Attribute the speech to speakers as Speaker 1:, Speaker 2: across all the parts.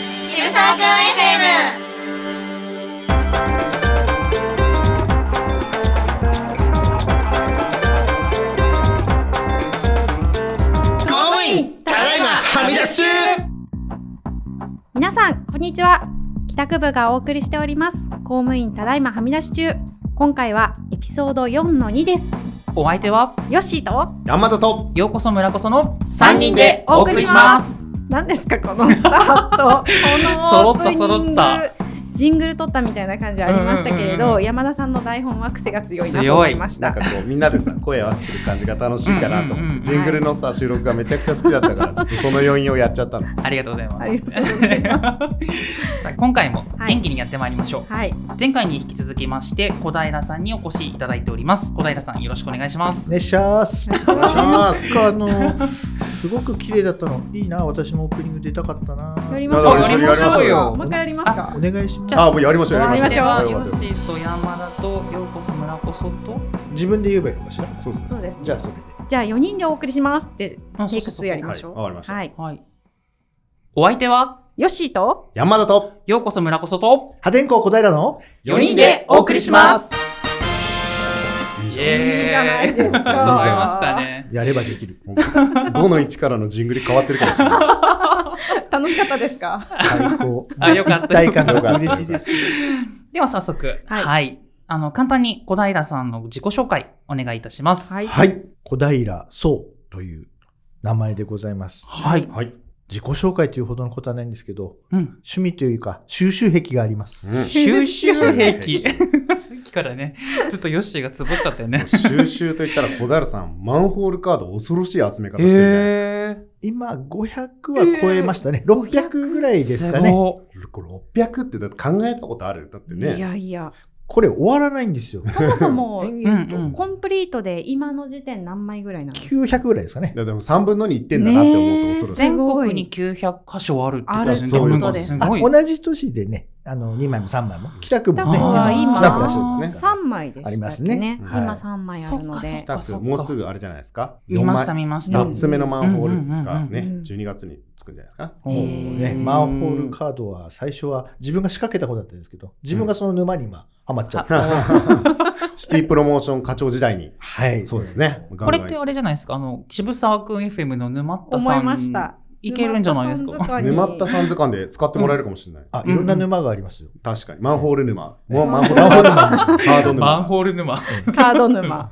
Speaker 1: ーク FM
Speaker 2: 公務員ただいまはみ出し中
Speaker 3: 皆さんこんにちは帰宅部がお送りしております公務員ただいまはみ出し中今回はエピソード4の2です
Speaker 4: お相手は、
Speaker 3: ヨッシーと
Speaker 2: 山田と
Speaker 4: ようこそ村こその
Speaker 2: 三人でお送りします
Speaker 3: 何ですかこのスタートこのオープニング
Speaker 4: 揃った揃った
Speaker 3: ジングル取ったみたいな感じはありましたけれど、
Speaker 4: うんうんうん
Speaker 3: 山田さんの台本は癖が強いなと思いまし
Speaker 2: なん
Speaker 3: た
Speaker 2: かこうみんなでさ声合わせてる感じが楽しいかなと
Speaker 4: うんうん
Speaker 2: 思
Speaker 4: う
Speaker 2: っ
Speaker 4: ん
Speaker 2: てジングルのさ収録がめちゃくちゃ好きだった からちょっとその余韻をやっちゃったの
Speaker 4: ありがとうございま
Speaker 3: あ
Speaker 4: す
Speaker 3: りがとうございま
Speaker 4: さあ今回も
Speaker 3: はい
Speaker 4: 元気にやってまいりましょう、
Speaker 3: はい
Speaker 4: 前回に引き続きまして小平さんにお越しいただいております小平さんよろしくお願いします
Speaker 5: ねっしゃーす。
Speaker 2: お願いします
Speaker 5: なんかあのすごく綺麗だったの。いいな、私もオープニング出たかったな。
Speaker 3: やりまし
Speaker 2: あ
Speaker 3: ょう
Speaker 2: やりましょう
Speaker 4: よ
Speaker 3: もう一回やりますか
Speaker 5: お願いしま
Speaker 4: じ
Speaker 5: す
Speaker 4: ゃ。あ
Speaker 2: あもうやりましょうやりましょう
Speaker 4: お
Speaker 2: よ
Speaker 4: 相手は
Speaker 2: か
Speaker 4: よ
Speaker 2: った
Speaker 4: しーと山田とようこそ村こそと
Speaker 5: 自分で言えばよいのかしら。
Speaker 2: そうそう
Speaker 3: そうですね
Speaker 5: じゃあそれで。
Speaker 3: じゃあ4人でお送りしますって
Speaker 4: あ
Speaker 3: テ
Speaker 4: そうそうそ
Speaker 3: イク2
Speaker 4: う
Speaker 3: やりましょう
Speaker 2: はいわかりました
Speaker 3: はい
Speaker 4: はいお相手は
Speaker 3: ヨッシーと
Speaker 2: 山田と
Speaker 4: ようこそ村こそと
Speaker 5: 破天荒小平の
Speaker 2: 四人でお送りします
Speaker 4: イ
Speaker 3: 好きじゃないですか
Speaker 4: そうしましたね
Speaker 5: やればできる。
Speaker 2: 5の1からのジングル変わってるかもしれ ない
Speaker 3: 楽しかったですか
Speaker 5: 最高。
Speaker 4: あよかった
Speaker 5: 一体
Speaker 2: よ
Speaker 5: 感
Speaker 2: かった
Speaker 5: が嬉しいです。
Speaker 4: では早速
Speaker 3: はい
Speaker 4: あの簡単に小平さんの自己紹介お願いいたします
Speaker 3: はい
Speaker 5: はい、小平そうという名前でございます。
Speaker 4: はい、
Speaker 2: はい
Speaker 5: 自己紹介というほどのことはないんですけど、
Speaker 4: うん
Speaker 5: 趣味というか収集癖があります。
Speaker 2: うん
Speaker 4: 収集癖
Speaker 2: 収集
Speaker 4: さっきからねずっとヨッシーがつぼっちゃったよね
Speaker 2: 収集といったら小平さんマンホールカード恐ろしい集め方してるじゃないで すか
Speaker 4: えー
Speaker 5: 今500は超えましたね。600ぐらいですかね。
Speaker 4: ご
Speaker 2: これ600ってだって考えたことあるだって
Speaker 3: い
Speaker 2: ね
Speaker 3: やいや
Speaker 5: これ終わらないんですよ。
Speaker 3: そもそ も
Speaker 5: 延
Speaker 4: いうん
Speaker 5: 々と
Speaker 4: うん
Speaker 3: コンプリートで今の時点何枚ぐらいなんですか
Speaker 5: 900ぐらいですかね
Speaker 2: い。やでも3分の2いってんだなって思うと恐ろしい
Speaker 4: 全国に900箇所あるって
Speaker 3: あ
Speaker 2: るってこと
Speaker 3: です
Speaker 4: ごい。
Speaker 5: あ同じ年でね、あの2枚も3枚も、北区
Speaker 3: だ
Speaker 5: も
Speaker 3: か
Speaker 5: ね、
Speaker 3: ら
Speaker 4: あー
Speaker 5: 北区
Speaker 3: 今
Speaker 5: 出してですね。
Speaker 3: 三枚でしたっけ
Speaker 5: ありますねはい
Speaker 3: 今三枚あるの
Speaker 4: そっ
Speaker 3: で
Speaker 4: か
Speaker 2: 北区もうすぐあれじゃないですか
Speaker 4: 見ました
Speaker 2: 四
Speaker 4: 見ました。
Speaker 2: 枚
Speaker 5: う
Speaker 2: 四
Speaker 5: ん
Speaker 2: つ目のマンホールが
Speaker 4: うんうんうん
Speaker 2: ね
Speaker 3: うん
Speaker 2: 12月につくんじゃないですか
Speaker 5: もうね、マンホールカードは最初は自分が仕掛けたことだったんですけど、自分がその沼に今、ハマっちゃった。
Speaker 2: シティプロモーション課長時代に
Speaker 5: はい。
Speaker 2: そうですね
Speaker 4: これってあれじゃないですか。あの渋沢くん FM の沼田さん。
Speaker 3: 思いました
Speaker 4: いけるんじゃないですか。
Speaker 2: 沼った
Speaker 3: ん
Speaker 2: さん図鑑で使ってもらえるかもしれない
Speaker 5: あ、いろんな沼がありますよ。
Speaker 2: 確かにマンホール沼もうマンホール沼カード沼
Speaker 4: ホール沼。
Speaker 3: カード 沼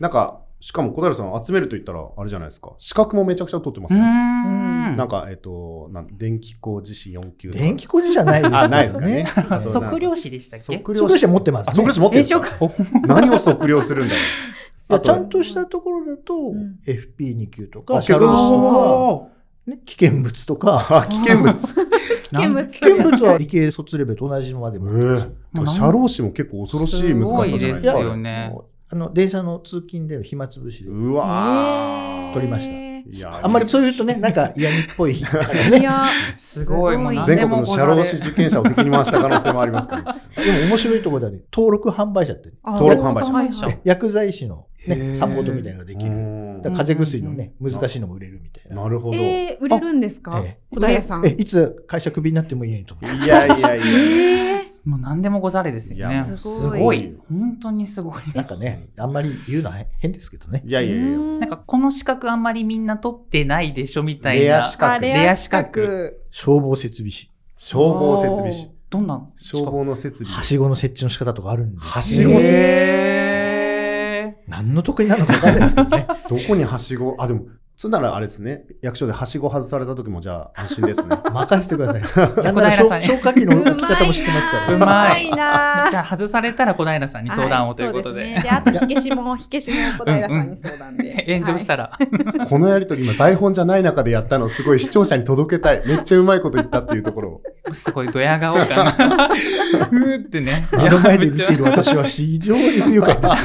Speaker 2: なんかしかも小平さん集めると言ったらあれじゃないですか資格もめちゃくちゃ取ってま
Speaker 4: う
Speaker 2: す
Speaker 4: ー
Speaker 2: ね
Speaker 4: ん。
Speaker 2: なんかえっとなん電気工事士4級とか
Speaker 5: 電気工事じゃないです
Speaker 2: あ
Speaker 5: よ
Speaker 2: ないですかね。あとなんか
Speaker 4: 測量士でしたっけ？
Speaker 2: 測
Speaker 5: 測量士は持ってます
Speaker 2: 測量
Speaker 5: ね。
Speaker 2: 士持ってるんですか
Speaker 3: え
Speaker 2: 何を測量するんだろう
Speaker 5: いや
Speaker 2: あと
Speaker 5: ちゃんとしたところだと
Speaker 3: ん、
Speaker 5: FP2 級と
Speaker 2: あ
Speaker 5: か、車両士と
Speaker 4: お
Speaker 5: か、ね危険物 とか、
Speaker 2: あ危険 物
Speaker 4: ーなん
Speaker 3: 見物
Speaker 5: 危険物は理系卒レベルと同じのまでも
Speaker 2: ええ社労士も結構恐ろしい難しさじゃないです
Speaker 4: す
Speaker 2: か
Speaker 4: ごいですよね。
Speaker 5: あの電車の通勤での暇つぶしで。
Speaker 2: うわ
Speaker 5: 取りました
Speaker 2: ーいや
Speaker 5: あんまりそう言うとね、なんか嫌味っぽいからね。
Speaker 3: いや
Speaker 4: すごいもう何
Speaker 2: 全
Speaker 4: で
Speaker 2: 国
Speaker 4: も
Speaker 2: の
Speaker 4: ござ
Speaker 2: 社
Speaker 4: れ
Speaker 2: 労士受験者を敵に回した可能性もありますからね
Speaker 5: でも面白いところではね、登録販売者ってね、
Speaker 2: 登録販売者
Speaker 3: はい
Speaker 4: 者
Speaker 3: はい
Speaker 5: え薬剤師の、
Speaker 4: へー
Speaker 5: ね、サポートみたいなのができ
Speaker 2: う
Speaker 5: る。
Speaker 2: ん
Speaker 5: だから風邪薬のね、難しいのも売れるみたいな。
Speaker 2: なるほど、
Speaker 3: えー売れるんですか
Speaker 5: え
Speaker 3: 小平さん
Speaker 5: え、いつ会社クビになってもいいのにと思って。
Speaker 2: いやいやいや
Speaker 4: もう何でもござれですよ
Speaker 2: い
Speaker 4: ね。
Speaker 2: や
Speaker 4: す
Speaker 3: す
Speaker 4: ご
Speaker 3: ご
Speaker 2: い
Speaker 4: い。本当にすごい。
Speaker 5: なんかね、あんまり言うのは変ですけどね。
Speaker 2: いやいやいや
Speaker 4: なんかこの資格あんまりみんな取ってないでしょみたいな。
Speaker 2: レア資
Speaker 3: あ
Speaker 2: 格
Speaker 3: レア資格
Speaker 5: 消防設備士。
Speaker 2: 消防設備士。
Speaker 4: どんな
Speaker 2: 消防の設備
Speaker 5: はしごの設置の仕方とかあるんで。
Speaker 2: は
Speaker 4: 資
Speaker 2: し
Speaker 4: 格
Speaker 2: ご
Speaker 4: へ
Speaker 5: 何の得意なのか分かんないですけどね。
Speaker 2: どこにはしごあでもそんならあれですね役所ではしご外された時もじゃあ安心ですね
Speaker 5: 任せてください。ちゃんと
Speaker 4: 小平さんに
Speaker 5: 消火器の置き方も知ってますから。
Speaker 4: う
Speaker 3: う
Speaker 4: ま
Speaker 3: ま
Speaker 4: い
Speaker 3: いな
Speaker 4: ーじゃあ外されたら小平さんに相談をということで。
Speaker 3: はいそうすね、であ と火消しも火消しも小平さんに相談で
Speaker 4: 炎上し
Speaker 3: は
Speaker 4: たら、
Speaker 2: このやりとり今台本じゃない中でやったのすごい視聴者に届けたいめっちゃうまいこと言ったっていうところを
Speaker 4: すごいドヤ顔かな。うーってね。
Speaker 5: 目の前で見てい
Speaker 4: る。
Speaker 5: る私は非常に不愉快です。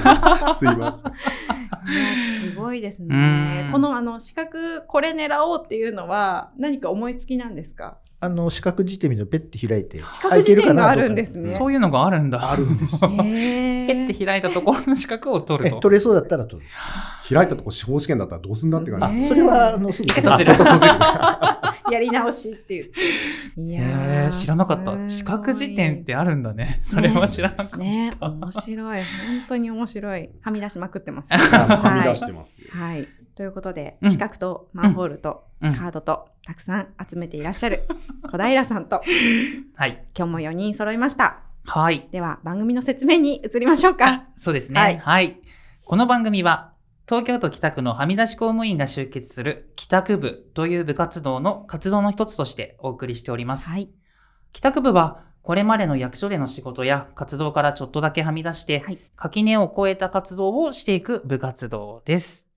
Speaker 2: すいません
Speaker 3: いすごいです
Speaker 4: う
Speaker 3: ね
Speaker 4: ん
Speaker 3: このあの資格これ狙おうっていうのは何か思いつきなんですか
Speaker 5: あの、四角辞典みたいなのペッて開いて、
Speaker 3: 資格辞典があるんですね
Speaker 4: そういうのがあるんだ。
Speaker 5: あるんです。
Speaker 3: へ
Speaker 4: ペッ
Speaker 3: ー
Speaker 4: て開いたところの資格を取
Speaker 5: え
Speaker 4: ると。
Speaker 5: 取れそうだったら取る。
Speaker 2: 開いたとこ司法試験だったらどうすんだって感
Speaker 5: あ
Speaker 2: じ
Speaker 3: ねえ、
Speaker 5: それは、あの、すぐ
Speaker 4: 一回閉じる
Speaker 2: 外閉じる
Speaker 3: やり直しっていう。い
Speaker 4: えー、知らなかっ
Speaker 3: すご
Speaker 4: た。
Speaker 3: い
Speaker 4: 資格辞典ってあるんだね。それは知らなかった。
Speaker 3: ね、面白い。本当に面白い。はみ出しまくって ます。
Speaker 2: はみ出してますよ。
Speaker 3: はい。ということで
Speaker 4: う、ん
Speaker 3: 資格とマンホールと
Speaker 4: うん
Speaker 3: カードとたくさん集めていらっしゃる小平さんと、
Speaker 4: はい。
Speaker 3: 今日も4人揃いました。
Speaker 4: はい。
Speaker 3: では、番組の説明に移りましょうか。
Speaker 4: あそうですね、
Speaker 3: は
Speaker 4: はいい。この番組は、東京都北区のはみ出し公務員が集結する北区部という部活動の活動の一つとしてお送りしております。
Speaker 3: はい。
Speaker 4: 北区部は、これまでの役所での仕事や活動からちょっとだけはみ出して、
Speaker 3: はい
Speaker 4: 垣根を越えた活動をしていく部活動です。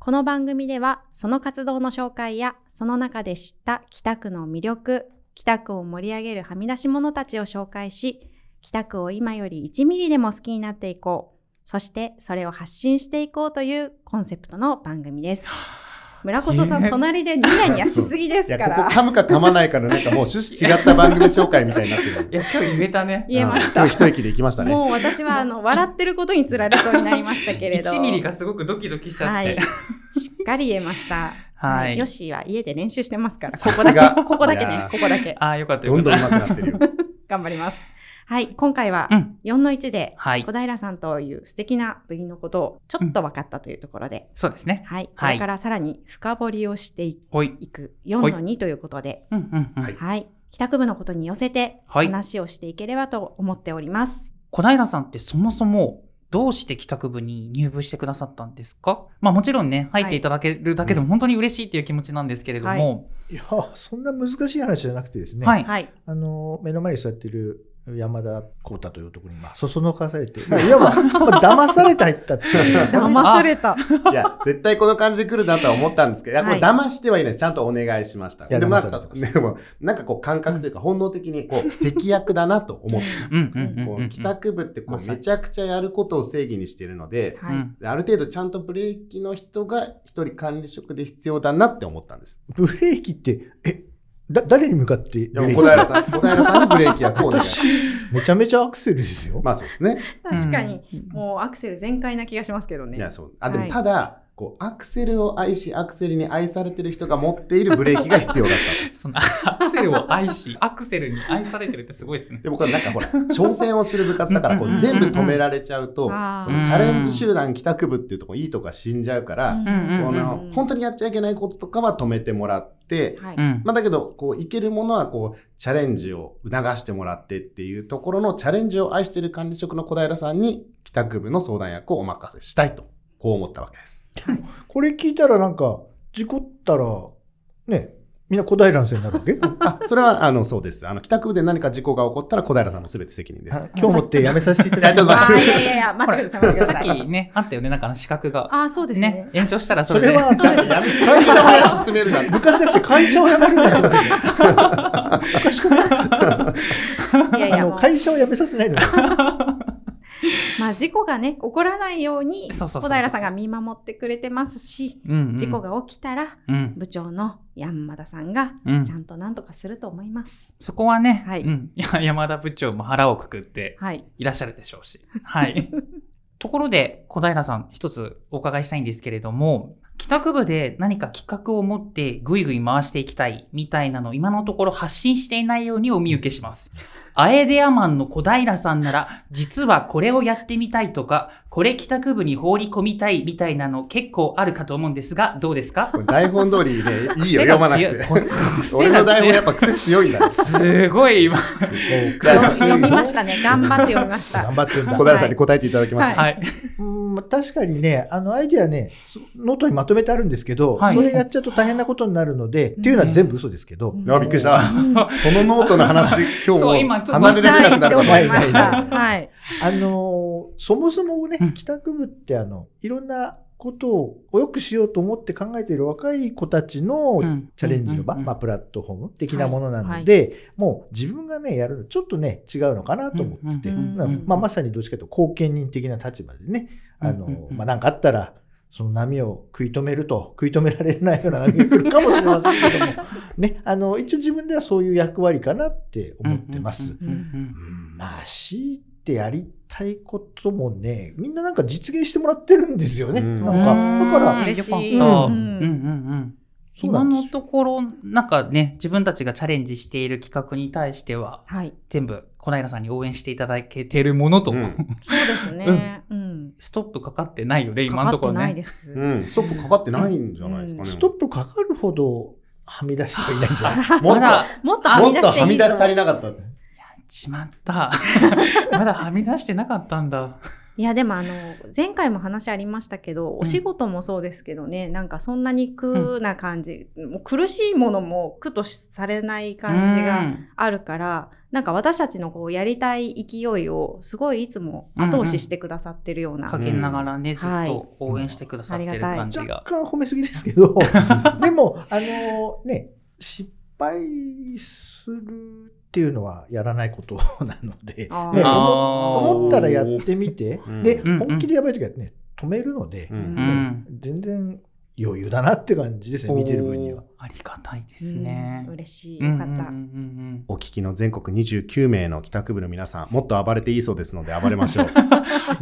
Speaker 3: この番組では、その活動の紹介や、その中で知った北区の魅力、北区を盛り上げるはみ出し者たちを紹介し、北区を今より1ミリでも好きになっていこう。そして、それを発信していこうというコンセプトの番組です。村こそさん、
Speaker 4: へえ
Speaker 3: 隣でニヤニヤしすぎです
Speaker 2: い
Speaker 3: か
Speaker 2: や、ここ
Speaker 3: ら。
Speaker 2: 噛むか噛まないかの、なんかもう趣旨違った番組紹介みたいになってる。
Speaker 4: や、今日言えたね
Speaker 3: 言えました
Speaker 2: うん今日一息で行きましたね。
Speaker 3: もう私は、あの、笑ってることにつられそうになりましたけれど。
Speaker 4: 1ミリがすごくドキドキしちゃ
Speaker 3: は
Speaker 4: っ
Speaker 3: い。
Speaker 4: て。
Speaker 3: しっかり言えました。
Speaker 4: はい
Speaker 3: ヨッシーは家で練習してますから、こ
Speaker 2: さ
Speaker 3: こ
Speaker 2: す
Speaker 3: だ
Speaker 2: が
Speaker 3: け、ここだけ
Speaker 2: い
Speaker 3: ね
Speaker 2: や、ー
Speaker 3: ここだけ。
Speaker 4: ああ、よかったよ
Speaker 2: ど
Speaker 4: か
Speaker 2: ん
Speaker 4: っ
Speaker 2: ど
Speaker 4: た。
Speaker 2: ん上手くなってるよ。
Speaker 3: 頑張ります。はい、今回は
Speaker 4: うん。
Speaker 3: 4の1で、
Speaker 4: はい
Speaker 3: 小。平さんという素敵な部員のことをちょっと分かったというところで、
Speaker 4: そうですね。
Speaker 3: はい、こ
Speaker 4: はい
Speaker 3: れからさらに深掘りをしてい
Speaker 4: ほい。
Speaker 3: く4の2ということで、
Speaker 4: うんうんうん。
Speaker 2: はい
Speaker 3: はい、帰宅部のことに寄せて
Speaker 4: はい
Speaker 3: 話をしていければと思っております。
Speaker 4: 小平さんってそもそもどうして帰宅部に入部してくださったんですかまあもちろんね、入っていただけるだけでも本当に嬉しいっていう気持ちなんですけれども。
Speaker 5: いや、そんな難しい話じゃなくてですね、
Speaker 4: はい。
Speaker 3: はい、
Speaker 5: あの目の前に座っている山田浩太という男に、まあ、そそのかされて、まあ、いわば、まあ騙されて入ったっ ていうですかね
Speaker 3: 騙された。
Speaker 2: いや、絶対この感じで来るなとは思ったんですけど、いや、これ
Speaker 3: は
Speaker 2: 騙してはいない。ちゃんとお願いしました。
Speaker 5: いや
Speaker 2: でも
Speaker 5: 騙
Speaker 2: な
Speaker 5: さ
Speaker 2: ん
Speaker 5: れて
Speaker 2: か
Speaker 5: ま、し
Speaker 2: でも、なんかこう感覚というか、本能的に、こう、敵役だなと思って。
Speaker 4: うんうんうん
Speaker 2: こ
Speaker 4: うんう
Speaker 2: う、
Speaker 4: ん。
Speaker 2: 帰宅部って、こ
Speaker 4: ま
Speaker 2: う、
Speaker 4: さに
Speaker 2: めちゃくちゃやることを正義にしてるので、
Speaker 3: はい
Speaker 4: うん
Speaker 2: である程度ちゃんとブレーキの人が一人管理職で必要だなって思ったんです。
Speaker 5: ブレーキって、え、だ誰に向かって
Speaker 2: い
Speaker 5: ブ
Speaker 2: や、
Speaker 5: レー
Speaker 2: 小
Speaker 5: キ
Speaker 2: 平さん、小平さんにブレーキ役をお願いしま
Speaker 5: めちゃめちゃアクセルですよ。
Speaker 2: す。まあそうですね。
Speaker 3: 確かに、
Speaker 4: うん
Speaker 3: もうアクセル全開な気がしますけど
Speaker 2: いや、
Speaker 3: ね。
Speaker 2: そう。あ、で
Speaker 3: は
Speaker 2: も
Speaker 3: い
Speaker 2: ただ、こう、アクセルを愛し、アクセルに愛されてる人が持っているブレーキが必要だった。
Speaker 4: そのアクセルを愛し、アクセルに愛されてるってすごいですね。
Speaker 2: で僕はなんかほら挑戦をする部活だからこ
Speaker 3: うん
Speaker 2: う
Speaker 3: うん
Speaker 2: 全部止められちゃうと
Speaker 3: あー
Speaker 2: そのチャレンジ集団帰宅部っていうとこいいとか死んじゃうから、
Speaker 4: うん
Speaker 2: こ
Speaker 4: う
Speaker 2: の本当にやっちゃいけないこととかは止めてもらって、
Speaker 3: はい
Speaker 4: うん。
Speaker 2: まあ、だけどこういけるものはこうチャレンジを促してもらってっていうところのチャレンジを愛してる管理職の小平さんに帰宅部の相談役をお任せしたいとこう思ったわけです。
Speaker 5: これ聞いたらなんか、事故ったら、ね、みんな小平のせいになるわけ
Speaker 2: あそれはあのそうですあの帰宅部で何か事故が起こったら小平さんの全て責任です。
Speaker 5: あ今日もってやめさせていただき
Speaker 2: いやちょっと
Speaker 5: ます。
Speaker 3: あーいやいやいや、待ってください、待ってくだ
Speaker 4: さ
Speaker 3: さ
Speaker 4: っき
Speaker 3: い。
Speaker 4: ね、あったよね、なんかあの資格が。
Speaker 3: ああ、そうですね
Speaker 4: ね。。延長したらそ
Speaker 5: そ
Speaker 4: れ
Speaker 5: れ
Speaker 4: で。
Speaker 5: は、
Speaker 2: やめ会社をね進めるなんて
Speaker 5: 部活じゃなくて会社を辞めるんだよ。
Speaker 3: いやい
Speaker 5: あ
Speaker 3: や、
Speaker 5: の
Speaker 3: もう
Speaker 5: 会社を辞めさせないの。
Speaker 3: まあ事故がね、起こらないように、
Speaker 4: そう
Speaker 3: 小
Speaker 4: そうそうそう
Speaker 3: 平さんが見守ってくれてますし、
Speaker 4: うんうん
Speaker 3: 事故。が起きたら、
Speaker 4: うん。
Speaker 3: 部長の山田さんが、
Speaker 4: うん
Speaker 3: ちゃんと何とかすると思います。
Speaker 4: そこはね、
Speaker 3: はい
Speaker 4: うんいや山田部長も腹をくくって、
Speaker 3: はい。
Speaker 4: いらっしゃるでしょうし。はい。ところで、小平さん、一つお伺いしたいんですけれども、帰宅部で何か企画を持ってぐいぐい回していきたいみたいなのを今のところ発信していないようにお見受けします。アエデアマンの小平さんなら、実はこれをやってみたいとか、これ帰宅部に放り込みたいみたいなの結構あるかと思うんですが、どうですか
Speaker 2: これ台本通りね、いいよ、読まなくて。
Speaker 4: て
Speaker 2: 俺の台本やっぱ癖強いんだね。
Speaker 4: すごい今、
Speaker 3: 読みましたね。頑張って読みました
Speaker 5: 頑。張ってんだ
Speaker 2: 小。平さんに答えていただきました。
Speaker 3: は
Speaker 4: はい。
Speaker 5: うんまあ確かにね、あのアイディアね、そノートにまとめてあるんですけど、
Speaker 4: はい
Speaker 5: それやっちゃうと大変なことになるので、っていうのは全部嘘ですけど、
Speaker 3: うん
Speaker 2: いやびっくりした。
Speaker 3: うん
Speaker 2: そのノートの話、今日も
Speaker 4: そう今ちょっと
Speaker 2: 離れられなくなるかも
Speaker 3: 思いま
Speaker 5: ない
Speaker 3: した。
Speaker 5: ない
Speaker 3: はい。
Speaker 5: あのーそもそもね
Speaker 4: うん、
Speaker 5: 帰宅部ってあの、いろんなことを良くしようと思って考えている若い子たちの
Speaker 4: うん
Speaker 5: チャレンジの場、
Speaker 4: うんうんうん
Speaker 5: まあ、プラットフォーム的なものなので、もう自分がね、やるのちょっとね、違うのかなと思ってて、
Speaker 4: うん
Speaker 3: うんうん
Speaker 5: まあ、まさにどっちかというと貢献人的な立場でね、あの
Speaker 4: うんうんうん
Speaker 5: まあ、なんかあったら、その波を食い止めると、 食い止められないような波が来るかもしれませんけども、 ね、あの、一応自分ではそういう役割かなって思ってます。
Speaker 4: うんうんうん
Speaker 5: うんまあ、強いてやりたいこともね、みんななんか実現してもらってるんですよね。
Speaker 2: うん
Speaker 5: なんか、だから、
Speaker 3: 嬉し
Speaker 4: よ
Speaker 3: い。
Speaker 4: かった
Speaker 3: う
Speaker 4: うんんうんうん。
Speaker 5: そうな
Speaker 4: 今
Speaker 5: んです
Speaker 4: のところ、なんかね、自分たちがチャレンジしている企画に対しては、
Speaker 3: はい。
Speaker 4: 全部小平さんに応援していただけてるものと、
Speaker 2: うん
Speaker 3: そうですね。うん。
Speaker 4: ストップかかってないよね、今の
Speaker 3: かか
Speaker 4: と
Speaker 3: っ
Speaker 4: こ
Speaker 3: て
Speaker 4: ろ
Speaker 3: ない
Speaker 4: ね。
Speaker 3: です。
Speaker 2: うん、ストップかかってないんじゃないですかね。
Speaker 5: ストップかかるほどはみ出してはいないんじゃない
Speaker 2: もっと、
Speaker 4: まだ、
Speaker 3: もっと
Speaker 2: も
Speaker 3: は
Speaker 2: っ
Speaker 3: み出
Speaker 2: と
Speaker 3: していい
Speaker 2: はみ出し足りなかった。
Speaker 4: しま った。まだはみ出してなかったんだ。
Speaker 3: いやでもあの前回も話ありましたけど、お仕事もそうですけどねなんかそんなに苦な感じ、もう苦しいものも苦とされない感じ
Speaker 4: う
Speaker 3: が
Speaker 4: ん
Speaker 3: あるから、なんか私たちのこうやりたい勢いをすごいいつも後押ししてくださってるような、
Speaker 2: うんうん
Speaker 4: 陰ながらね、ずっ
Speaker 3: はい
Speaker 4: と応援してくださって
Speaker 3: あ
Speaker 4: る
Speaker 3: りがたい
Speaker 4: 感じが
Speaker 5: 若。干褒めすぎですけどでもあのね失敗するっていうのはやらないことなので、ね、
Speaker 3: あー
Speaker 4: あー
Speaker 5: 思ったらやってみて
Speaker 2: うん
Speaker 5: で
Speaker 4: うん
Speaker 5: 本気でやばい時はね止めるので
Speaker 2: う、
Speaker 3: うん
Speaker 2: ん
Speaker 4: うん。
Speaker 5: 全然余裕だなって感じですね見てる分には。
Speaker 4: ありがたいですね。
Speaker 3: うん嬉しい
Speaker 4: う
Speaker 3: よ
Speaker 4: んうん
Speaker 3: か
Speaker 4: う
Speaker 3: っ
Speaker 4: ん
Speaker 3: た、
Speaker 4: うん
Speaker 2: お聞きの全国29名の帰宅部の皆さん、もっと暴れていいそうですので暴れましょう。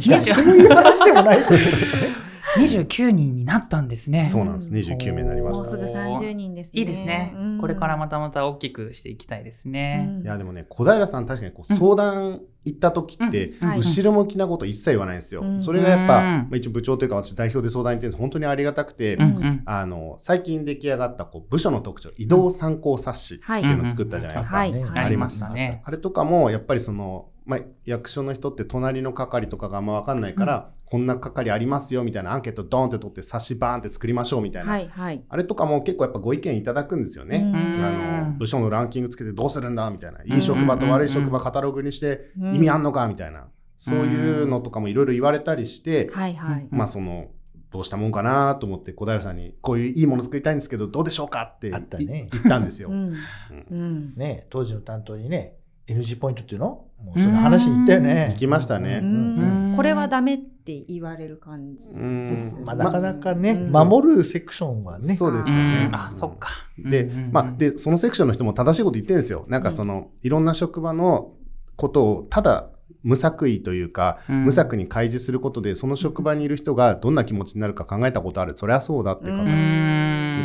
Speaker 5: いや
Speaker 4: いや
Speaker 5: そうい う話でもないと思うけどね
Speaker 4: 29人になったんですね。
Speaker 2: そうなんです。29名になりま
Speaker 3: も
Speaker 2: し
Speaker 3: う
Speaker 2: た。
Speaker 3: すぐ30人ですね
Speaker 4: いいですね、
Speaker 3: うん
Speaker 4: これからまたまた大きくしていきたいですね。
Speaker 3: うん
Speaker 2: いやでもね小平さん確かにこう相談行った時って
Speaker 3: うんはい
Speaker 2: 後ろ向きなこと一切言わないんですよ。
Speaker 3: うん
Speaker 2: それがやっぱ、
Speaker 4: うん
Speaker 2: まあ、一応部長というか私代表で相談に行ってるんです本当にありがたくて、
Speaker 4: うんんうん
Speaker 2: あの最近出来上がったこう部署の特徴移動参考冊子って
Speaker 3: はい、
Speaker 2: いうのを作ったじゃないですか。
Speaker 3: はいはい
Speaker 4: ありましたね。
Speaker 2: あれとかもやっぱりその、まあ、役所の人って隣の係とかがあんま分かんないから、こんな係ありますよみたいなアンケートドーンって取って冊子バーンって作りましょうみたいな、
Speaker 3: はいはい
Speaker 2: あれとかも結構やっぱご意見いただくんですよね。
Speaker 3: うん
Speaker 2: あの部署のランキングつけてどうするんだみたいな、いい職場と
Speaker 4: うんうんうんうん
Speaker 2: 悪い職場カタログにして
Speaker 3: うん
Speaker 2: 意味あんのかみたいな、そういうのとかもいろいろ言われたりして、
Speaker 3: はいはい、
Speaker 2: まあそのどうしたもんかなと思って小平さんにこういういいもの作りたいんですけどどうでしょうかってい
Speaker 5: あったね
Speaker 2: 言ったんですよ。
Speaker 3: うん
Speaker 2: うん
Speaker 3: うん
Speaker 5: ね当時の担当にね NG ポイントっていうのもうそれ話に行ったよね。
Speaker 2: 行きましたね
Speaker 5: う
Speaker 3: うん
Speaker 5: うんうん
Speaker 3: んこれはダメって言われる感じ
Speaker 2: う
Speaker 3: です
Speaker 2: ん
Speaker 5: まあ、なかなかね、
Speaker 3: うん
Speaker 5: 守るセクションはね、
Speaker 2: そうです
Speaker 4: う
Speaker 2: よね
Speaker 4: ん。あ、そっか。
Speaker 2: で、
Speaker 4: うんうんうん
Speaker 2: まあ、で、そのセクションの人も正しいこと言ってるんですよ。なんかその、いろんな職場のことを、ただ、無作為というか、
Speaker 4: うん
Speaker 2: 無策に開示することで、その職場にいる人がどんな気持ちになるか考えたことある。そりゃそうだってか、
Speaker 3: うん
Speaker 4: うん
Speaker 2: み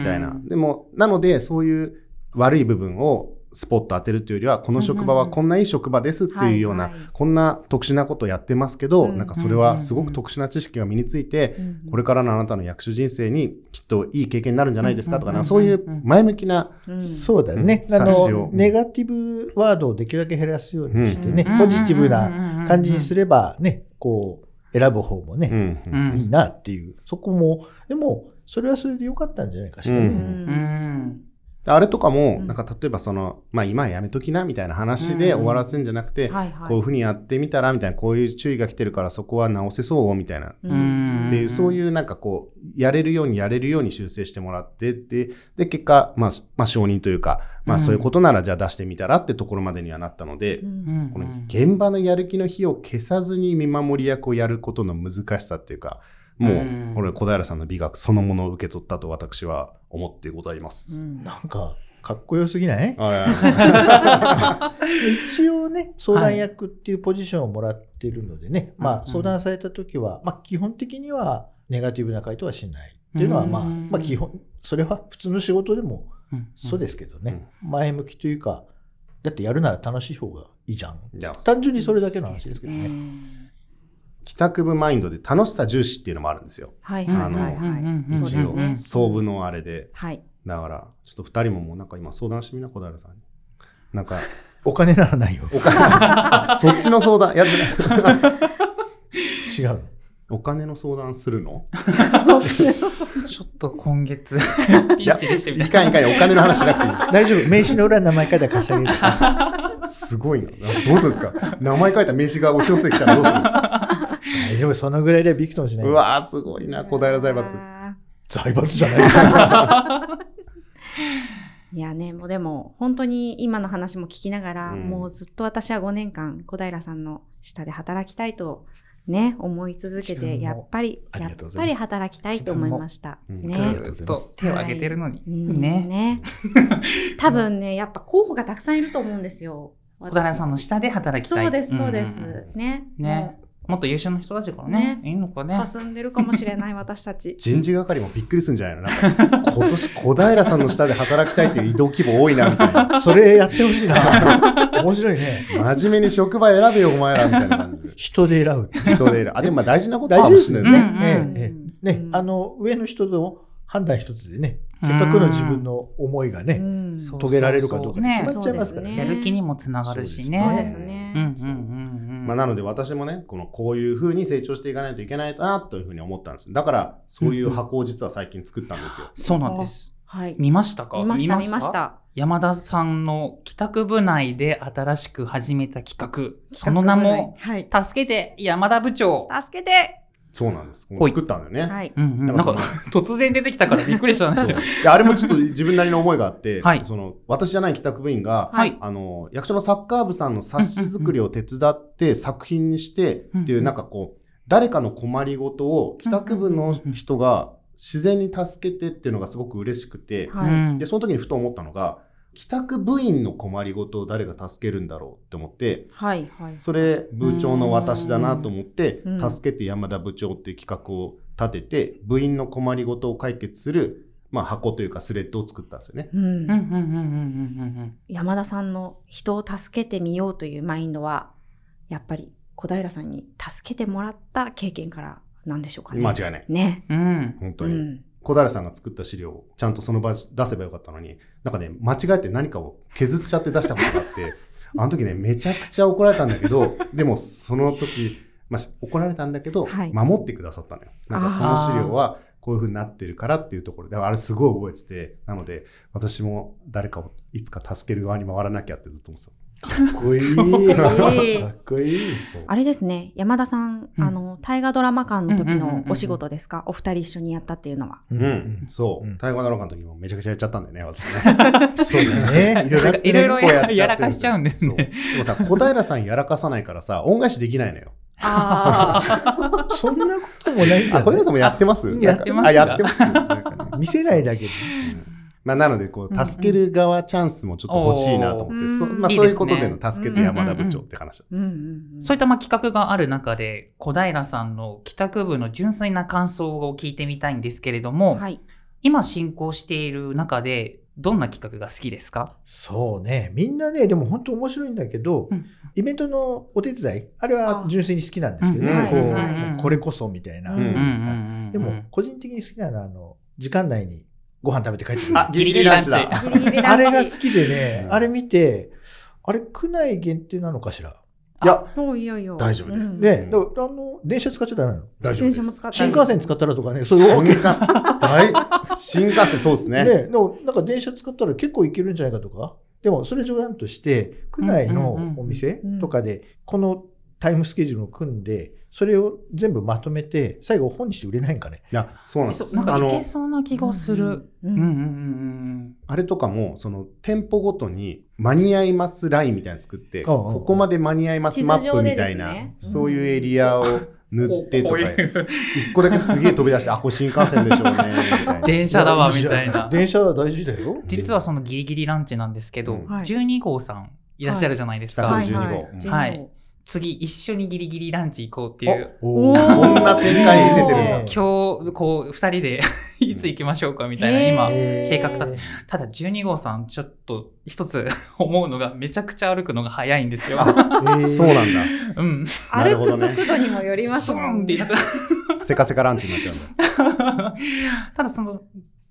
Speaker 2: たいな。でも、なので、そういう悪い部分をスポット当てるというよりは、この職場はこんないい職場ですっていうような、
Speaker 3: はいはい
Speaker 2: こんな特殊なことをやってますけど、
Speaker 3: うんうんうん
Speaker 2: なんかそれはすごく特殊な知識が身について、
Speaker 3: うん
Speaker 2: これからのあなたの役所人生にきっといい経験になるんじゃないですかとか
Speaker 4: う
Speaker 2: な、
Speaker 4: ん
Speaker 2: そういう前向きな、
Speaker 3: うん
Speaker 5: そうだよね、
Speaker 2: うん
Speaker 5: あ
Speaker 2: 冊子を
Speaker 5: のネガティブワードをできるだけ減らすようにしてね、
Speaker 3: うん
Speaker 5: ポジティブな感じにす
Speaker 4: る。
Speaker 5: ればね、こう選ぶ方も
Speaker 2: う
Speaker 5: ね、
Speaker 2: ん
Speaker 4: う
Speaker 5: いい
Speaker 4: ん
Speaker 5: なっていう、そこも、でも、それはそれで良かったんじゃないかしらね。
Speaker 2: うん
Speaker 3: うん
Speaker 4: うん
Speaker 2: あれとかも、
Speaker 3: うん
Speaker 2: なんか例えばその、まあ、今はやめときなみたいな話で終わらせるんじゃなくて、
Speaker 3: はいはい
Speaker 2: こういうふうにやってみたらみたいなこういう注意が来てるからそこは直せそうみたいな、
Speaker 3: う
Speaker 4: うんん
Speaker 2: っていうそういううなんかこうやれるようにやれるように修正してもらってでで結果、まあまあ、承認というか、まあ、そういうことならじゃあ出してみたらってところまでにはなったので、
Speaker 3: うん
Speaker 4: ん。
Speaker 2: この現場のやる気の火を消さずに見守り役をやることの難しさっていうか、もう、
Speaker 4: うん
Speaker 2: これ小平さんの美学そのものを受け取ったと私は思ってございます。
Speaker 5: なんか、かっこよすぎない
Speaker 2: はいはい はい
Speaker 5: 一応ね、相談役っていうポジションをもらってるのでね、
Speaker 4: うん
Speaker 5: ま
Speaker 4: う
Speaker 5: あ
Speaker 4: ん
Speaker 5: 相談された時は、まあ基本的にはネガティブな回答はしないっていうのは、まあ、
Speaker 4: うん
Speaker 5: まあ基本、それは普通の仕事でも
Speaker 4: うん
Speaker 5: そうですけどね、前向きというか、だってやるなら楽しい方がいいじゃん。
Speaker 2: じゃあ
Speaker 5: 単純にそれだけの話ですけどね。
Speaker 2: 帰宅部マインドで楽しさ重視っていうのもあるんですよ。
Speaker 3: はいはいはいはい
Speaker 4: あの
Speaker 3: そう
Speaker 2: 一
Speaker 3: です
Speaker 2: 応、
Speaker 3: ね
Speaker 2: 総部のあれで。
Speaker 3: はい
Speaker 2: だから、ちょっと二人ももうなんか今相談してみな、小平さんに。なんか、
Speaker 5: お金ならないよ。
Speaker 2: お 金、そっちの相談、やってない。
Speaker 5: 違 う。
Speaker 2: お金の相談するの
Speaker 4: ちょっと今月、
Speaker 2: い
Speaker 4: ピ
Speaker 2: や
Speaker 4: ンチでしてみ
Speaker 2: い
Speaker 4: たい
Speaker 2: かんいかん、お金の話しなくていい。
Speaker 5: 大丈夫。名刺の裏に名前書いたら貸してあげる。
Speaker 2: すごいな。どうするんですか名前書いた名刺が押し寄せてきたらどうするんですか。
Speaker 5: 大丈夫。そのぐらいではビクトンしないう
Speaker 2: わー、すごいな。小平財閥。
Speaker 5: 財閥じゃない です。
Speaker 3: いやねもうでも本当に今の話も聞きながら、
Speaker 2: うん
Speaker 3: もうずっと私は5年間小平さんの下で働きたいとね思い続け
Speaker 4: 自分
Speaker 3: て
Speaker 4: も
Speaker 3: やっぱり
Speaker 5: あり
Speaker 3: や
Speaker 5: が
Speaker 3: っ
Speaker 5: とうござ
Speaker 3: ぱ
Speaker 5: います
Speaker 3: り働きたいと思いました
Speaker 2: 自分
Speaker 3: ね
Speaker 2: も
Speaker 5: うん
Speaker 4: ずっと手を挙げてるのに。
Speaker 3: うん
Speaker 4: ね。
Speaker 3: 多分ねやっぱ候補がたくさんいると思うんですよ
Speaker 4: 小平さんの下で働きたい。
Speaker 3: そうですそうです、
Speaker 4: うんうんうん
Speaker 3: ね
Speaker 4: ねもっと優秀な人たちからね、いいのかね。
Speaker 3: 霞んでるかもしれ ない私たち
Speaker 2: 人事係もびっくりするんじゃないのなんか今年小平さんの下で働きたいっていう移動規模多いなみたいな。
Speaker 5: それやってほしい な。面白いね。
Speaker 2: 真面目に職場選べよお前らみたいな感じで。
Speaker 5: 人で選ぶ。
Speaker 2: 人で選ぶ。あ、でもまあ大事なこと
Speaker 5: 大
Speaker 2: か
Speaker 5: 事
Speaker 2: も
Speaker 5: で
Speaker 2: し
Speaker 5: す
Speaker 2: れ
Speaker 5: よ
Speaker 2: な
Speaker 5: ね。
Speaker 2: いね。
Speaker 3: うん
Speaker 5: ええええ
Speaker 3: う
Speaker 5: ね
Speaker 3: ん、
Speaker 5: あの、上の人の判断一つでね、せっかくの自分の思いがね、
Speaker 3: ん
Speaker 4: そう
Speaker 5: 遂げられるかどうかで
Speaker 4: ね
Speaker 5: 決まっちゃいますから
Speaker 3: そうですね
Speaker 5: ね。
Speaker 4: やる気にもつながるしね。
Speaker 3: そうですね、
Speaker 4: うんうんうんうん。
Speaker 2: まあ、なので私もね、このこういう風に成長していかないといけないなというふうに思ったんです。だから、そういう箱を実は最近作ったんです よ。
Speaker 4: そうなんです。
Speaker 3: はい
Speaker 4: 見ましたか
Speaker 3: 見ました見まし。た
Speaker 4: 山田さんの帰宅部内で新しく始めた企画、その名も、
Speaker 3: はい
Speaker 4: 助けて山田部長。
Speaker 3: 助けて
Speaker 2: そうなんです。こ
Speaker 4: ほ
Speaker 2: の
Speaker 4: い
Speaker 2: 作ったんだよね。
Speaker 3: はい
Speaker 4: うんうん、
Speaker 2: だ
Speaker 4: なん
Speaker 2: から
Speaker 4: か突然出てきたからびっくりしたん ですよ。
Speaker 2: いやあれもちょっと自分なりの思いがあって、
Speaker 4: はい
Speaker 2: その私じゃない帰宅部員が、
Speaker 4: はい。
Speaker 2: あの役所のサッカー部さんの冊子作りを手伝って作品にして
Speaker 4: うんうん
Speaker 2: っていうなんかこう誰かの困りごとを帰宅部の人が自然に助けてっていうのがすごく嬉しくて
Speaker 3: はい
Speaker 4: うん
Speaker 2: でその時にふと思ったのが帰宅部員の困りごとを誰が助けるんだろうって思って
Speaker 3: はいはい
Speaker 2: それ部長の私だなと思って
Speaker 3: うん
Speaker 2: 「助けて山田部長」っていう企画を立てて部員の困りごとを解決する、まあ、箱というかスレッドを作ったんですよね。
Speaker 3: うん
Speaker 4: うんうんうんうんうんうん
Speaker 3: 山田さんの人を助けてみようというマインドはやっぱり小平さんに助けてもらった経験からなんでしょうかね。
Speaker 2: 間違いない
Speaker 3: ね。
Speaker 4: うん。うん。
Speaker 2: 本当
Speaker 3: う
Speaker 2: に、
Speaker 3: ん、
Speaker 2: 小平さんが作った資料をちゃんとその場で出せばよかったのに、なんかね、間違えて何かを削っちゃって出したことがあって、 あの時ね、めちゃくちゃ怒られたんだけど、 でもその時、まあ、し怒られたんだけど、
Speaker 3: はい
Speaker 2: 守ってくださったのよ。なんかこの資料はこういう風になってるからっていうところで、あれすごい覚えてて、なので、私も誰かをいつか助ける側に回らなきゃってずっと思ってた。
Speaker 5: かっこいい。
Speaker 3: かっこいい
Speaker 5: かっこいい。
Speaker 2: そう
Speaker 3: あれですね山田さん、
Speaker 4: うん
Speaker 3: あの大河ドラマ館の時
Speaker 4: うんうんうん
Speaker 3: の
Speaker 4: うん
Speaker 3: お仕事ですかお二人一緒にやったっていうの は。
Speaker 5: う
Speaker 2: うん、そうう。
Speaker 5: ん
Speaker 2: 大河ドラマの時もめちゃくちゃやっちゃったんだよね、私ね。
Speaker 5: そうだね。いろいろ
Speaker 4: なん
Speaker 5: やっ
Speaker 4: か
Speaker 5: て
Speaker 4: いろいろ
Speaker 2: こうやっちゃって
Speaker 4: や
Speaker 2: る
Speaker 4: やらかしちゃうんです
Speaker 2: そう。で
Speaker 4: ね。
Speaker 2: もさ、小平さんやらかさないからさ、恩返しできないのよ。
Speaker 3: ああ
Speaker 5: そんなこともないんじゃ
Speaker 2: あ、小
Speaker 5: な
Speaker 2: 平さんもやってます
Speaker 4: あやってます
Speaker 2: あ、やってます。なんかね
Speaker 5: い見せないだけで。
Speaker 2: まあ、なので、こ
Speaker 4: んう
Speaker 2: う、
Speaker 4: ん
Speaker 2: 助ける側チャンスもちょっと欲しいなと思って、
Speaker 3: おー
Speaker 2: そうまあ、
Speaker 4: いい
Speaker 2: そう
Speaker 4: で
Speaker 2: い
Speaker 4: すね
Speaker 2: うことでの助けて山田部長って話だ。
Speaker 3: うんうんうん
Speaker 4: そういったまあ企画がある中で、小平さんの帰宅部の純粋な感想を聞いてみたいんですけれども、
Speaker 3: はい、
Speaker 4: 今進行している中で、どんな企画が好きですか
Speaker 5: そうね。みんなね、でも本当面白いんだけど
Speaker 4: うん、
Speaker 5: イベントのお手伝い、あれは純粋に好きなんですけど
Speaker 2: あ
Speaker 5: ね
Speaker 2: ー、
Speaker 5: こ
Speaker 3: うんはいは
Speaker 4: いう
Speaker 5: これこそみたいな。
Speaker 3: うん
Speaker 2: うん
Speaker 5: でも、個人的に好きなのは、あの、時間内にご飯食べて帰ってくる。
Speaker 2: あギリギリランチだ
Speaker 3: ギリギリラ
Speaker 5: あ
Speaker 3: ンチ
Speaker 5: れが好きでね
Speaker 2: う、ん
Speaker 5: あれ見て、あれ、区内限定なのかしら。
Speaker 2: いや、
Speaker 3: もういよいよ
Speaker 2: 大丈夫です
Speaker 3: うん
Speaker 2: ね
Speaker 5: ね、だからあの、電車使っちゃダメなの。
Speaker 2: 大丈夫
Speaker 3: 電
Speaker 2: で
Speaker 3: 車も
Speaker 2: す。
Speaker 3: 使ったり
Speaker 5: 新幹線使ったらとかね、そういう
Speaker 2: 新
Speaker 5: わ
Speaker 2: 幹 線、大新幹線、そうです
Speaker 5: け。
Speaker 2: ね。
Speaker 5: ね、でもなんか電車使ったら結構行けるんじゃないかとか。でも、それ冗談として、区内のお店
Speaker 3: うんうんうん
Speaker 5: とかで、このタイムスケジュールを組んで、それを全部まとめて、最後本にして売れないんかね。
Speaker 2: いや、そうなんで
Speaker 4: そ
Speaker 2: す。
Speaker 4: うなんか
Speaker 2: あ
Speaker 4: いけ
Speaker 2: の、
Speaker 4: そうな気がする。。
Speaker 3: うん
Speaker 4: う
Speaker 3: うん
Speaker 4: うんんうん
Speaker 2: あれとかも、その、店舗ごとに、間に合いますラインみたいなの作って、
Speaker 5: ああああ
Speaker 2: ここまで間に合いますマップみたい
Speaker 3: 地図上
Speaker 2: な
Speaker 3: でで、すね
Speaker 2: そういうエリアを
Speaker 4: うんうん。
Speaker 2: 塗ってと
Speaker 4: こ
Speaker 2: か
Speaker 4: う、いう
Speaker 2: 一個だけすげえ飛び出して、あ、これ新幹線でしょうね、みたい な。
Speaker 4: 電車だわ、みたいな。
Speaker 5: 電車は大事だよ。
Speaker 4: 実はそのギリギリランチなんですけど、
Speaker 2: うん
Speaker 3: はい
Speaker 4: 12号さんいらっしゃるじゃないですか。
Speaker 2: はい
Speaker 3: は
Speaker 2: 112
Speaker 3: い
Speaker 2: 号
Speaker 3: はい
Speaker 4: はい次、一緒にギリギリランチ行こうっていう。
Speaker 5: お
Speaker 3: おー
Speaker 2: そんな展開見せてるんだ
Speaker 5: おー
Speaker 4: 今日、こう、二人でいつ行きましょうかみたいな、
Speaker 3: へー
Speaker 4: 今。
Speaker 5: えー
Speaker 4: 計画立てただ12号さん、ちょっと一つ思うのが、めちゃくちゃ歩くのが早いんですよ。
Speaker 5: えー
Speaker 2: そうなんだ。
Speaker 4: うん。
Speaker 2: なるほどね
Speaker 3: 歩く速度にもよります
Speaker 4: ス
Speaker 3: も
Speaker 4: ーン
Speaker 3: ん
Speaker 4: って言いながら
Speaker 2: せかせかランチになっちゃうんだ。
Speaker 4: ただその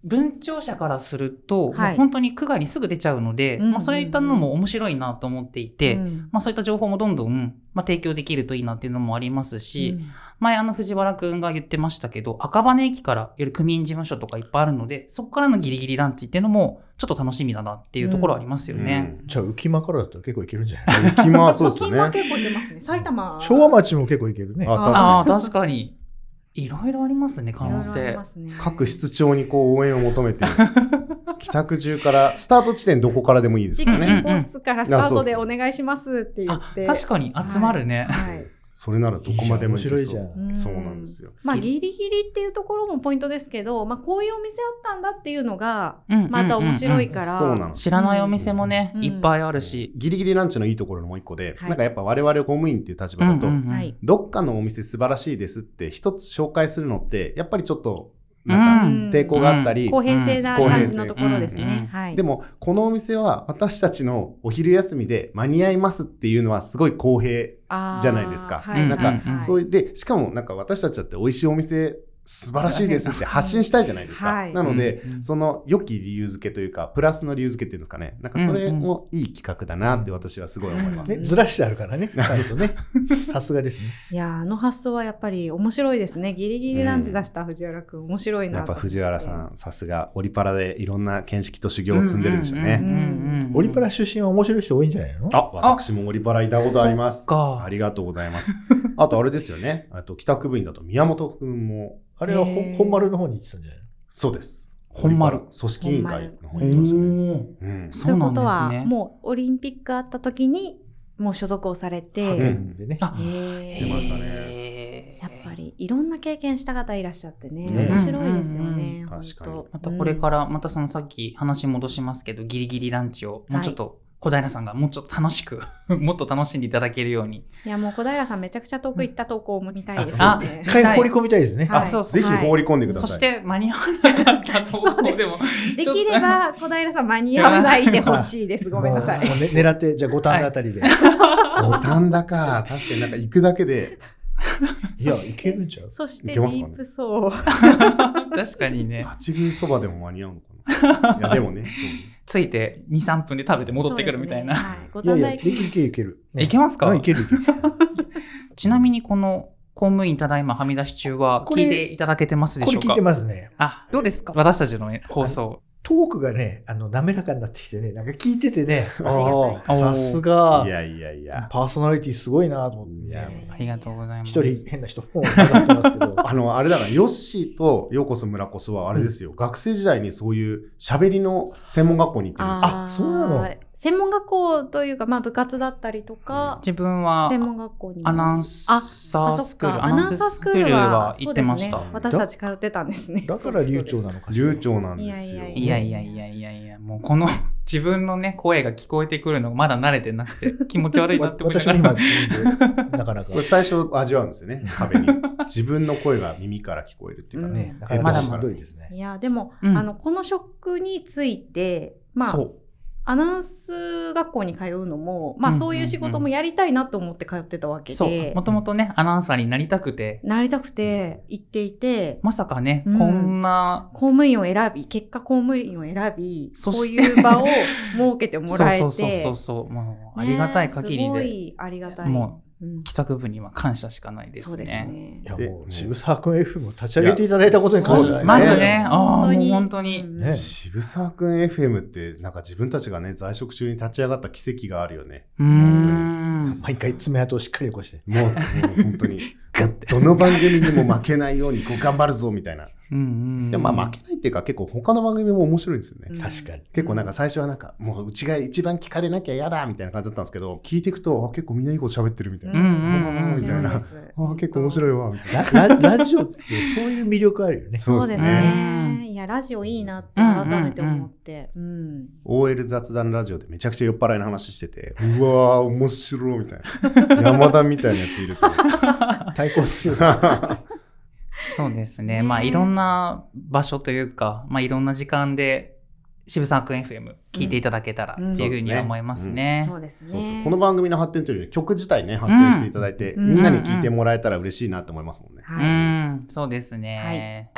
Speaker 4: 文聴者からすると、
Speaker 3: はい
Speaker 4: もう本当に区外にすぐ出ちゃうので、
Speaker 3: うんうんうん
Speaker 4: まあ、そういったのも面白いなと思っていて、
Speaker 3: うん
Speaker 4: まあ、そういった情報もどんどん、まあ、提供できるといいなっていうのもありますし、
Speaker 3: うん
Speaker 4: 前あの藤原くんが言ってましたけど赤羽駅からいわゆる区民事務所とかいっぱいあるのでそこからのギリギリランチっていうのもちょっと楽しみだなっていうところありますよね。
Speaker 5: じゃあ浮き間からだったら結構いけるんじゃない
Speaker 2: うん。浮き間はそうです
Speaker 3: 金
Speaker 2: よ
Speaker 3: は
Speaker 2: ね。
Speaker 3: 結構出ますね。埼玉。
Speaker 5: 昭和町も結構いけるね。
Speaker 2: あ、確
Speaker 4: ああ
Speaker 2: か
Speaker 4: 確かにいろいろありますね可能
Speaker 3: いろいろあ
Speaker 4: 性
Speaker 3: りま。すね
Speaker 2: に。各室長にこう応援を求めて、帰宅中から、スタート地点どこからでもいいです
Speaker 3: 地
Speaker 2: よ
Speaker 3: 域
Speaker 4: うんうん
Speaker 2: ね。
Speaker 3: 振興室からスタートでお願いしますって言
Speaker 4: あ
Speaker 3: って。
Speaker 4: 確かに集まるね。
Speaker 3: はい。
Speaker 2: それならどこまでも
Speaker 5: いい
Speaker 2: け
Speaker 5: じ
Speaker 2: そ
Speaker 5: ゃん
Speaker 2: う
Speaker 5: 面白いじゃん
Speaker 3: うん
Speaker 2: そうなんですよ。
Speaker 3: まあ、
Speaker 2: き
Speaker 3: ギリギリっていうところもポイントですけど、まあ、こういうお店あったんだっていうのが
Speaker 4: うん
Speaker 3: また面白い
Speaker 4: うん
Speaker 3: から、
Speaker 2: そうなの
Speaker 4: うん知らないお店もね、
Speaker 3: うん
Speaker 4: いっぱいあるし、
Speaker 2: ギリギリランチのいいところのもう一個で、
Speaker 3: はい
Speaker 2: なんかやっぱ我々公務員っていう立場だと、
Speaker 4: うんうんうん
Speaker 3: はい、
Speaker 2: どっかのお店素晴らしいですって一つ紹介するのってやっぱりちょっと
Speaker 4: う
Speaker 2: なんか
Speaker 4: ん
Speaker 2: 抵抗があったり、
Speaker 3: 公平性な感じのところです
Speaker 4: 公平性うん
Speaker 3: ね。はい、
Speaker 2: でもこのお店は私たちのお昼休みで間に合いますっていうのはすごい公平、
Speaker 3: あー
Speaker 2: じゃないですか
Speaker 3: はい
Speaker 4: なんか
Speaker 3: はいはい
Speaker 2: そういうでしかもなんか私たちだって美味しいお店素晴らしいですって発信したいじゃないですか、
Speaker 3: はい
Speaker 2: なので、
Speaker 4: うんうん
Speaker 2: その良き理由付けというかプラスの理由付けっていうんですかねなんかそれもいい企画だなって私はすごい思います、
Speaker 5: ね、ずらしてあるからね、ちゃんとね。さすがですね。
Speaker 3: いやーあの発想はやっぱり面白いですね。ギリギリランチ出した藤原くん面白いな
Speaker 2: やっぱ
Speaker 3: と思て
Speaker 2: 藤原さんさすがオリパラでいろんな見識と修行を積んでるんでしょうね、
Speaker 4: うんうんうん
Speaker 5: オリパラ出身は面白い人多いんじゃないの
Speaker 2: あ、私もオリパラいたことあります。
Speaker 4: そっか
Speaker 2: ありがとうございます。あとあれですよね。あと帰宅部員だと宮本くんも、
Speaker 5: あれはほ
Speaker 3: へー
Speaker 5: 本丸の方に行ってたんじゃない
Speaker 2: そうです。
Speaker 4: 本
Speaker 2: オ
Speaker 4: 丸
Speaker 2: リパラ組織委員会の方に行ってましたね。うん。
Speaker 3: とい
Speaker 4: そううな
Speaker 3: こ
Speaker 4: ん
Speaker 3: と
Speaker 4: です
Speaker 3: は、
Speaker 4: ね。
Speaker 3: もうオリンピックあった時にもう所属をされて、
Speaker 5: の
Speaker 2: う
Speaker 5: 派
Speaker 2: ん
Speaker 5: 遣でね。
Speaker 4: あ
Speaker 3: へ
Speaker 2: 出
Speaker 3: ー
Speaker 2: ましたね
Speaker 4: ね
Speaker 3: やっぱりいろんな経験した方いらっしゃってね
Speaker 5: ね
Speaker 3: 面白いですよ
Speaker 4: うん
Speaker 3: ね、
Speaker 2: ん
Speaker 3: 本
Speaker 2: 確か
Speaker 3: 当
Speaker 2: に
Speaker 4: またこれから、またそのさっき話戻しますけど、ギリギリランチを、もうちょっと、小平さんがもうちょっと楽しく、 もっと楽しんでいただけるように。
Speaker 3: いやもう小平さんめちゃくちゃ遠く行った投稿も見たいです
Speaker 4: あ
Speaker 3: ね
Speaker 5: 一。回放り込みたいですね。
Speaker 3: はい
Speaker 4: あ、そうそう。
Speaker 2: ぜひ放り込んでください。
Speaker 4: そして、間に合わなかったと
Speaker 3: そうです
Speaker 4: でも、
Speaker 3: できれ ば小平さん間に合わないでほしいです。ごめんなさい。
Speaker 5: もうね狙って、じゃあ五反田あたりで。い
Speaker 2: 五反田か。確かになんか行くだけで、
Speaker 5: や、
Speaker 3: そして
Speaker 5: いけるんちゃう
Speaker 3: そして
Speaker 2: い
Speaker 3: デ
Speaker 2: けますか
Speaker 3: ィ
Speaker 2: ね
Speaker 3: ープソー。
Speaker 4: 確かに ね
Speaker 2: 立、ち食いそばでも間に合うのかな。いや、でもね、
Speaker 4: ついて2、3分で食べて戻ってくるみたいな。
Speaker 3: そう
Speaker 5: いや
Speaker 3: ですね
Speaker 5: いや、
Speaker 3: はいい、
Speaker 5: けるいけるいける。ね
Speaker 4: いけますか
Speaker 5: うんいけるいける。
Speaker 4: ちなみに、この公務員ただいまはみ出し中は、
Speaker 5: こ
Speaker 4: 聞
Speaker 5: れ
Speaker 4: いていただけてますで
Speaker 5: こ
Speaker 4: し
Speaker 5: れ
Speaker 4: ょう
Speaker 5: 聞い
Speaker 4: か
Speaker 5: てますね。
Speaker 4: あ、どうですか私たちのね放送。
Speaker 5: トークがね、あの、滑らかになってきてね、なんか聞いててね、あ
Speaker 4: あ
Speaker 5: あ、
Speaker 4: ー
Speaker 5: さす
Speaker 2: そう
Speaker 5: が
Speaker 2: い、やいやいや。
Speaker 5: パーソナリティすごいなと思っ
Speaker 2: い
Speaker 5: て
Speaker 2: や
Speaker 5: ね。
Speaker 4: ありがとうございます。
Speaker 5: 一人変な人も混ざってます けど。
Speaker 2: あの、あれだから、ヨッシーとようこそ村こそは、あれですよ、学生時代にそういう喋りの専門学校に行ってるんですよ。
Speaker 5: あそうなの
Speaker 3: 専門学校というか、まあ、部活だったりとか、
Speaker 4: 自分は
Speaker 3: 専門学校に
Speaker 4: アナウン
Speaker 3: ス
Speaker 4: サースクール、
Speaker 3: アナウンサースクールは
Speaker 4: 行ってまし
Speaker 3: そ
Speaker 4: た。
Speaker 3: うですね、私たち通ってたんですね
Speaker 5: だから流暢なのかしら。
Speaker 2: 流暢なんです
Speaker 3: いや
Speaker 2: よ。
Speaker 3: いや
Speaker 4: いやいやいやいやいや、もうこの 自分のね、声が聞こえてくるのがまだ慣れてなく て、気持ち悪いな
Speaker 5: わ
Speaker 4: って思いな
Speaker 5: 私
Speaker 4: が
Speaker 5: も
Speaker 4: ら。
Speaker 5: 今、なかな か
Speaker 2: これ。最初味わうんですよね、壁に。自分の声が耳から聞こえるっていうかね。
Speaker 5: ね、なか
Speaker 2: え
Speaker 5: な
Speaker 4: ま
Speaker 5: か
Speaker 4: だ
Speaker 5: し
Speaker 4: ま
Speaker 5: ん
Speaker 4: だ
Speaker 5: どいですね。
Speaker 3: いやでも、
Speaker 4: うん
Speaker 3: あのこの職についてまあ
Speaker 4: そう。
Speaker 3: アナウンス学校に通うのも、まあ、
Speaker 4: うん
Speaker 3: そういう仕事もやりたいなと思って通ってたわけで、
Speaker 4: そう。もともとね、アナウンサーになりたくて、
Speaker 3: なりたくて行っていて、
Speaker 4: まさかね、
Speaker 3: うん
Speaker 4: こんな、
Speaker 3: 公務員を選び結果公務員を選び
Speaker 4: そ
Speaker 3: こう
Speaker 4: して
Speaker 3: いう場を設けてもらえて
Speaker 4: そうそうそうそうそう、もうありがたい限
Speaker 3: ねえす
Speaker 4: り
Speaker 3: ご
Speaker 4: で、
Speaker 3: いありがたい。
Speaker 4: も
Speaker 3: うん
Speaker 4: 帰宅部には感謝しかないです
Speaker 3: そうです
Speaker 4: ね。
Speaker 3: ね
Speaker 5: い。や、
Speaker 2: で
Speaker 5: もう、渋沢君 F も立ち上げていただいたことに
Speaker 2: そう
Speaker 5: 感謝
Speaker 2: で
Speaker 5: だ
Speaker 2: す
Speaker 5: ね。
Speaker 4: まずね、ああ、
Speaker 3: 本当
Speaker 4: もう
Speaker 3: に
Speaker 4: 本当に。
Speaker 3: うん
Speaker 5: ね
Speaker 2: 渋沢くん FM って、なんか自分たちがね、在職中に立ち上がった奇跡があるよね。
Speaker 4: うーん。
Speaker 5: 毎回爪痕をしっかり起こして。
Speaker 2: もう、もう本当に。どの番組にも負けないようにこう頑張るぞみたいな。
Speaker 4: うんうん。
Speaker 2: でもまあ負けないっていうか結構他の番組も面白いんですよね。
Speaker 3: うん
Speaker 5: 確かに。
Speaker 2: 結構なんか最初はなんかもううちが一番聞かれなきゃ嫌だみたいな感じだったんですけど、聞いていくとあ結構みんないいこと喋ってるみたいな。
Speaker 4: うんうんうん
Speaker 3: 面白
Speaker 2: みたいな
Speaker 3: です
Speaker 2: あ結構面白いわみたいな。
Speaker 5: ラララジオってそういう魅力あるよね。
Speaker 3: そうです
Speaker 4: う
Speaker 3: ね。いや、ラジオいいなって改めて思って。うん。
Speaker 2: OL 雑談ラジオでめちゃくちゃ酔っ払いの話してて、うわー、面白いみたいな。 山田みたいなやついると思って。
Speaker 5: 対抗するよね。
Speaker 4: そうですね。
Speaker 3: ね
Speaker 4: まあ、いろんな場所というか、まあ、いろんな時間で、渋沢くん FM 聞いていただけたら
Speaker 3: うん
Speaker 4: っていうふうには思いますね。
Speaker 3: そうです
Speaker 2: そうそう
Speaker 3: ね。
Speaker 2: この番組の発展というより曲自体ね、発展していただいて、
Speaker 3: うん
Speaker 2: みんなに聞いてもらえたら嬉しいなと思いますもんね。
Speaker 4: う
Speaker 3: はい。
Speaker 4: ん、そうですね。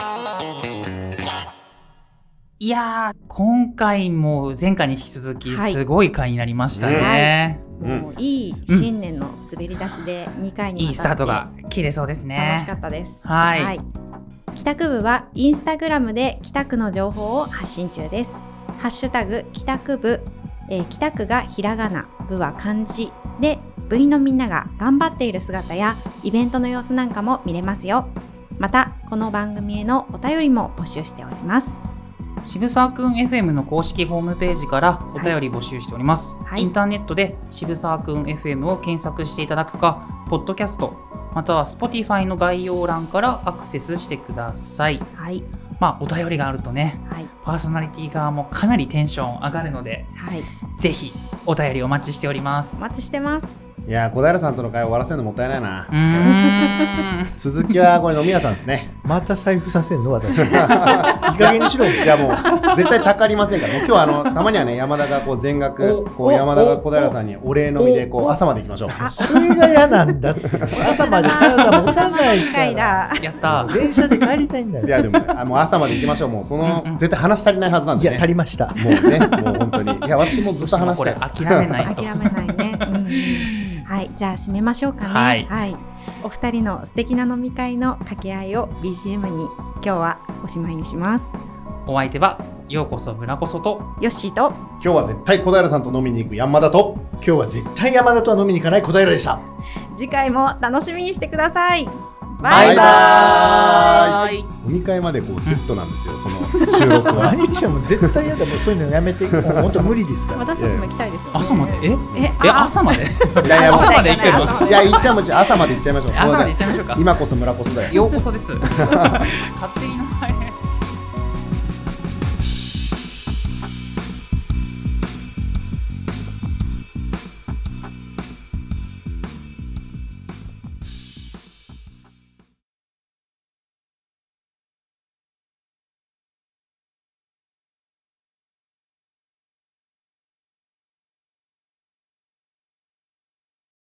Speaker 4: い、やー、今回も前回に引き続き、
Speaker 3: はい
Speaker 4: すごい回になりましたね。
Speaker 2: うん
Speaker 3: もういい新年の滑り出しで2回に
Speaker 4: いい
Speaker 3: わ
Speaker 4: スタ
Speaker 3: た
Speaker 4: ー
Speaker 3: って
Speaker 4: トが切れそうですね。
Speaker 3: 楽しかったです。
Speaker 4: はい
Speaker 3: 帰宅部はインスタグラムで帰宅の情報を発信中です。ハッシュタグ帰宅部、えー、帰宅がひらがな、部は漢字で部員のみんなが頑張っている姿やイベントの様子なんかも見れますよ。またこの番組へのお便りも募集しております。
Speaker 4: 渋沢くん FM の公式ホームページからお便り募集しております、
Speaker 3: はい
Speaker 4: インターネットで渋沢くん FM を検索していただくかポッドキャストまたは Spotify の概要欄からアクセスしてください。
Speaker 3: はい
Speaker 4: まあ、お便りがあるとね、
Speaker 3: はい
Speaker 4: パーソナリティ側もかなりテンション上がるので、
Speaker 3: はい
Speaker 4: ぜひお便りお待ちしております。
Speaker 3: お待ちして ます
Speaker 2: いやー小平さんとの会話終わらせるのもったいないな
Speaker 4: う。ーん
Speaker 2: 鈴木はこれ飲み屋さんですね。
Speaker 5: また財布させんの私。
Speaker 2: いい
Speaker 5: 加減にしろ
Speaker 2: いやもう絶対たかりませんから。もう今日はあのたまにはね山田がこう全額
Speaker 4: お
Speaker 2: こう山田が小平さんにお礼のみでこう朝まで行きましょう。
Speaker 5: それが嫌なんだって。朝まで体持たな い
Speaker 3: 機
Speaker 5: か
Speaker 3: 会
Speaker 5: ら。
Speaker 3: だ
Speaker 4: や ったー。
Speaker 5: 電車で帰りたいんだよ。
Speaker 2: いやでもねあもう朝まで行きましょう。もうその
Speaker 4: うんうん
Speaker 2: 絶対話足りないはずなん
Speaker 5: い
Speaker 2: で
Speaker 5: や、足
Speaker 2: ね。
Speaker 5: りました。
Speaker 2: もうねもう本当にいや私もずっと話した
Speaker 4: これ
Speaker 2: い。
Speaker 4: 諦めないと。
Speaker 3: 諦めないね、うんはいじゃあ締めましょうかね
Speaker 4: はい
Speaker 3: お二人の素敵な飲み会の掛け合いを BGM に今日はおしまいにします
Speaker 4: お相手は、ようこそ村こそと、
Speaker 3: よっしーと
Speaker 2: 今日は絶対小平さんと飲みに行く山田と。
Speaker 5: 今日は絶対山田とは飲みに行かない小平でした。
Speaker 3: 次回も楽しみにしてください
Speaker 2: バイバ
Speaker 4: バイバーイ
Speaker 2: 飲み会までこうセットなんですよこの収録は。
Speaker 5: 何言っても絶対嫌だ。もうそういうのやめて。もう本当無理ですから。
Speaker 3: 私たちも行きたいですよ、ね、
Speaker 4: 朝まで、え
Speaker 3: え
Speaker 4: え、
Speaker 3: あ
Speaker 4: 朝まで
Speaker 2: いやいやもう
Speaker 4: 朝まで行けるの
Speaker 2: いや行っちゃうもんちゃう朝まで行っちゃいましょう。
Speaker 4: 朝まで行っちゃいましょうか。
Speaker 2: 今こそ村こそだよ。
Speaker 4: ようこそです。勝手に名前。